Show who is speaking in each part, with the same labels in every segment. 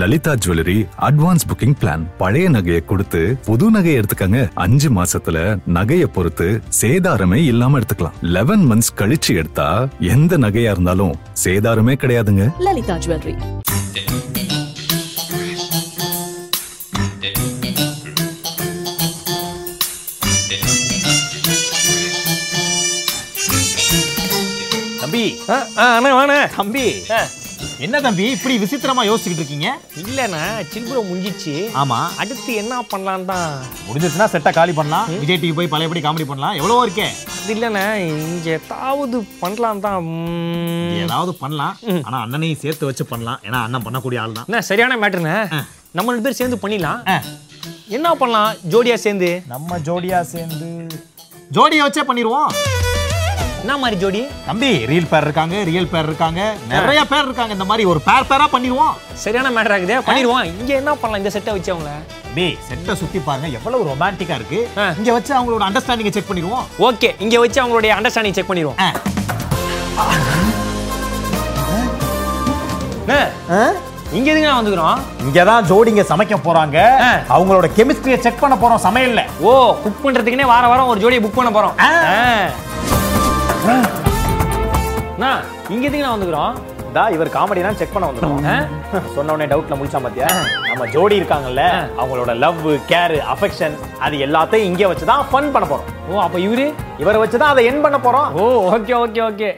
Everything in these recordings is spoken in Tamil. Speaker 1: Lalitha jewellery advance booking plan பழைய நகையை கொடுத்து புது நகையை எடுத்துக்கங்க அஞ்சு மாசத்துல நகையை பொறுத்து சேதாரமே இல்லாம எடுத்துக்கலாம் லெவன் மந்த்ஸ் கழிச்சு எடுத்தா எந்த நகையா இருந்தாலும் சேதாரமே கிடையாதுங்க
Speaker 2: லலிதா ஜுவல்லரி
Speaker 3: தம்பி
Speaker 4: அண்ணா வாண்ணே
Speaker 3: தம்பி
Speaker 4: என்ன தம்பி இப்படி விசித்திரமா யோசிச்சுக்கிட்டு இருக்கீங்க
Speaker 3: இல்லைண்ணா சில்புரை முடிஞ்சிச்சு
Speaker 4: ஆமா
Speaker 3: அடுத்து என்ன பண்ணலான் தான்
Speaker 4: முடிஞ்சிருச்சுன்னா செட்டை காலி பண்ணலாம் விஜய் டிவி போய் பழையபடி காமெடி பண்ணலாம் எவ்வளவோ இருக்கே
Speaker 3: அது இல்லைண்ணா இங்கே ஏதாவது பண்ணலான் தான் ம்.
Speaker 4: ஏதாவது பண்ணலாம் ஆனா அண்ணனையும் சேர்த்து வச்சு பண்ணலாம் ஏன்னா அண்ணன் பண்ணக்கூடிய ஆள் தான்
Speaker 3: அண்ணா சரியான மேட்டர்ண்ணே நம்ம ரெண்டு பேரும் சேர்ந்து பண்ணிடலாம் என்ன பண்ணலாம் ஜோடியாக சேர்ந்து
Speaker 4: நம்ம ஜோடியா சேர்ந்து ஜோடியை வச்சே பண்ணிடுவோம்
Speaker 3: என்ன மாதிரி ஜோடி
Speaker 4: தம்பி ரீல் பேர் இருக்காங்க ரியல் பேர் இருக்காங்க நிறைய பேர் இருக்காங்க இந்த மாதிரி ஒரு பேர் பேரா பண்ணிடுவோம்
Speaker 3: சரியான மேட்டர் ஆகுதே பண்ணிடுவோம் இங்கே என்ன பண்ணலாம் இந்த செட்டை வச்சு அவங்கள
Speaker 4: தம்பி செட்டை சுத்தி பாருங்க எவ்வளவு ரொமான்டிக்கா இருக்கு
Speaker 3: ஆ.
Speaker 4: இங்க வச்சு அவங்களோட அண்டர்ஸ்டாண்டிங்கை செக் பண்ணிடுவோம்
Speaker 3: ஓகே இங்கே வச்சு அவங்களுடைய அண்டர்ஸ்டாண்டிங் செக் பண்ணிடுவோம்
Speaker 4: ஆ.
Speaker 3: அண்ணா, இங்க எதுங்க வந்துக்கிறோம்
Speaker 4: இங்க தான் ஜோடிங்க சமைக்க போறாங்க
Speaker 3: ஆ.
Speaker 4: அவங்களோட கெமிஸ்ட்ரியை செக் பண்ண போறோம் சமையல்ல
Speaker 3: ஓ புக் பண்றதுக்குனே வார வாரம் ஒரு ஜோடியை புக் பண்ண போறோம்
Speaker 4: ஆ.
Speaker 3: ஆ. அண்ணா, இங்க எதுங்க வந்துக்கிறோம்
Speaker 4: தா இவர் காமெடினா செக் பண்ண வந்துடும் சொன்ன உடனே டவுட்ல முடிச்சா பாத்தியா நம்ம ஜோடி இருக்காங்கல்ல அவங்களோட லவ் கேர் அஃபெக்ஷன் அது எல்லாத்தையும் இங்க வச்சு தான் ஃபன் பண்ண போறோம்
Speaker 3: ஓ அப்ப இவரு
Speaker 4: இவரை வச்சு தான் அதை என் பண்ண போறோம்
Speaker 3: ஓ ஓகே ஓகே ஓகே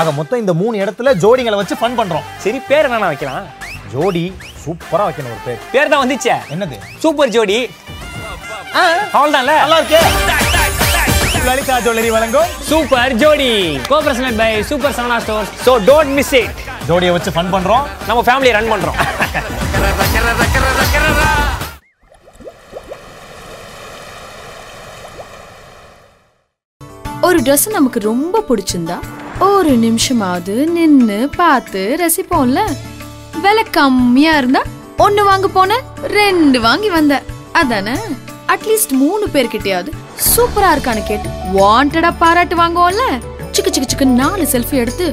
Speaker 4: ஆக மொத்தம் இந்த மூணு இடத்துல ஜோடிங்களை வச்சு ஃபன் பண்றோம்
Speaker 3: சரி பேர் என்னண்ணா வைக்கலாம்
Speaker 4: ஜோடி சூப்பரா வைக்கணும் ஒரு பேர்
Speaker 3: பேர் தான் வந்துச்சே
Speaker 4: என்னது
Speaker 3: சூப்பர் ஜோடி அவள்தான்ல
Speaker 4: நல்லா இருக்கு லலிதா ஜுவல்லரி வழங்கும்
Speaker 3: சூப்பர் ஜோடி cooperation by super Sana store so don't miss it
Speaker 4: ஜோடியை வச்சு ஃபன் பண்றோம்
Speaker 3: நம்ம ஃபேமிலியை ரன் பண்றோம்
Speaker 2: ஒரு Dress நமக்கு ரொம்ப பிடிச்சிருந்தா ஒரு நிமிஷமாவது நின்னு பார்த்து ரசிப்போம்ல விலை கம்மியா இருந்தா ஒன்னு வாங்க போன ரெண்டு வாங்கி வந்த அதானே அட்லீஸ்ட் மூணு பேர்கிட்டயாவது சூப்பரா இருக்கான்னு கேட்டு வாண்டடா பாராட்டு வாங்குவோம்ல சிக்கு சிக்கு சிக்கு நாலு செல்ஃபி எடுத்து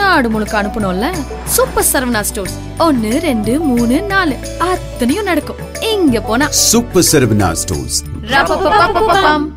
Speaker 2: நாடு முழுக்க அனுப்பணும்ல சூப்பர் சரவணா ஸ்டோர்ஸ் ஒன்னு ரெண்டு மூணு நாலு அத்தனையும் நடக்கும் இங்க போனா
Speaker 5: Super Sarvana Stores,
Speaker 2: ரப்பப்பப்பப்பப்பம்.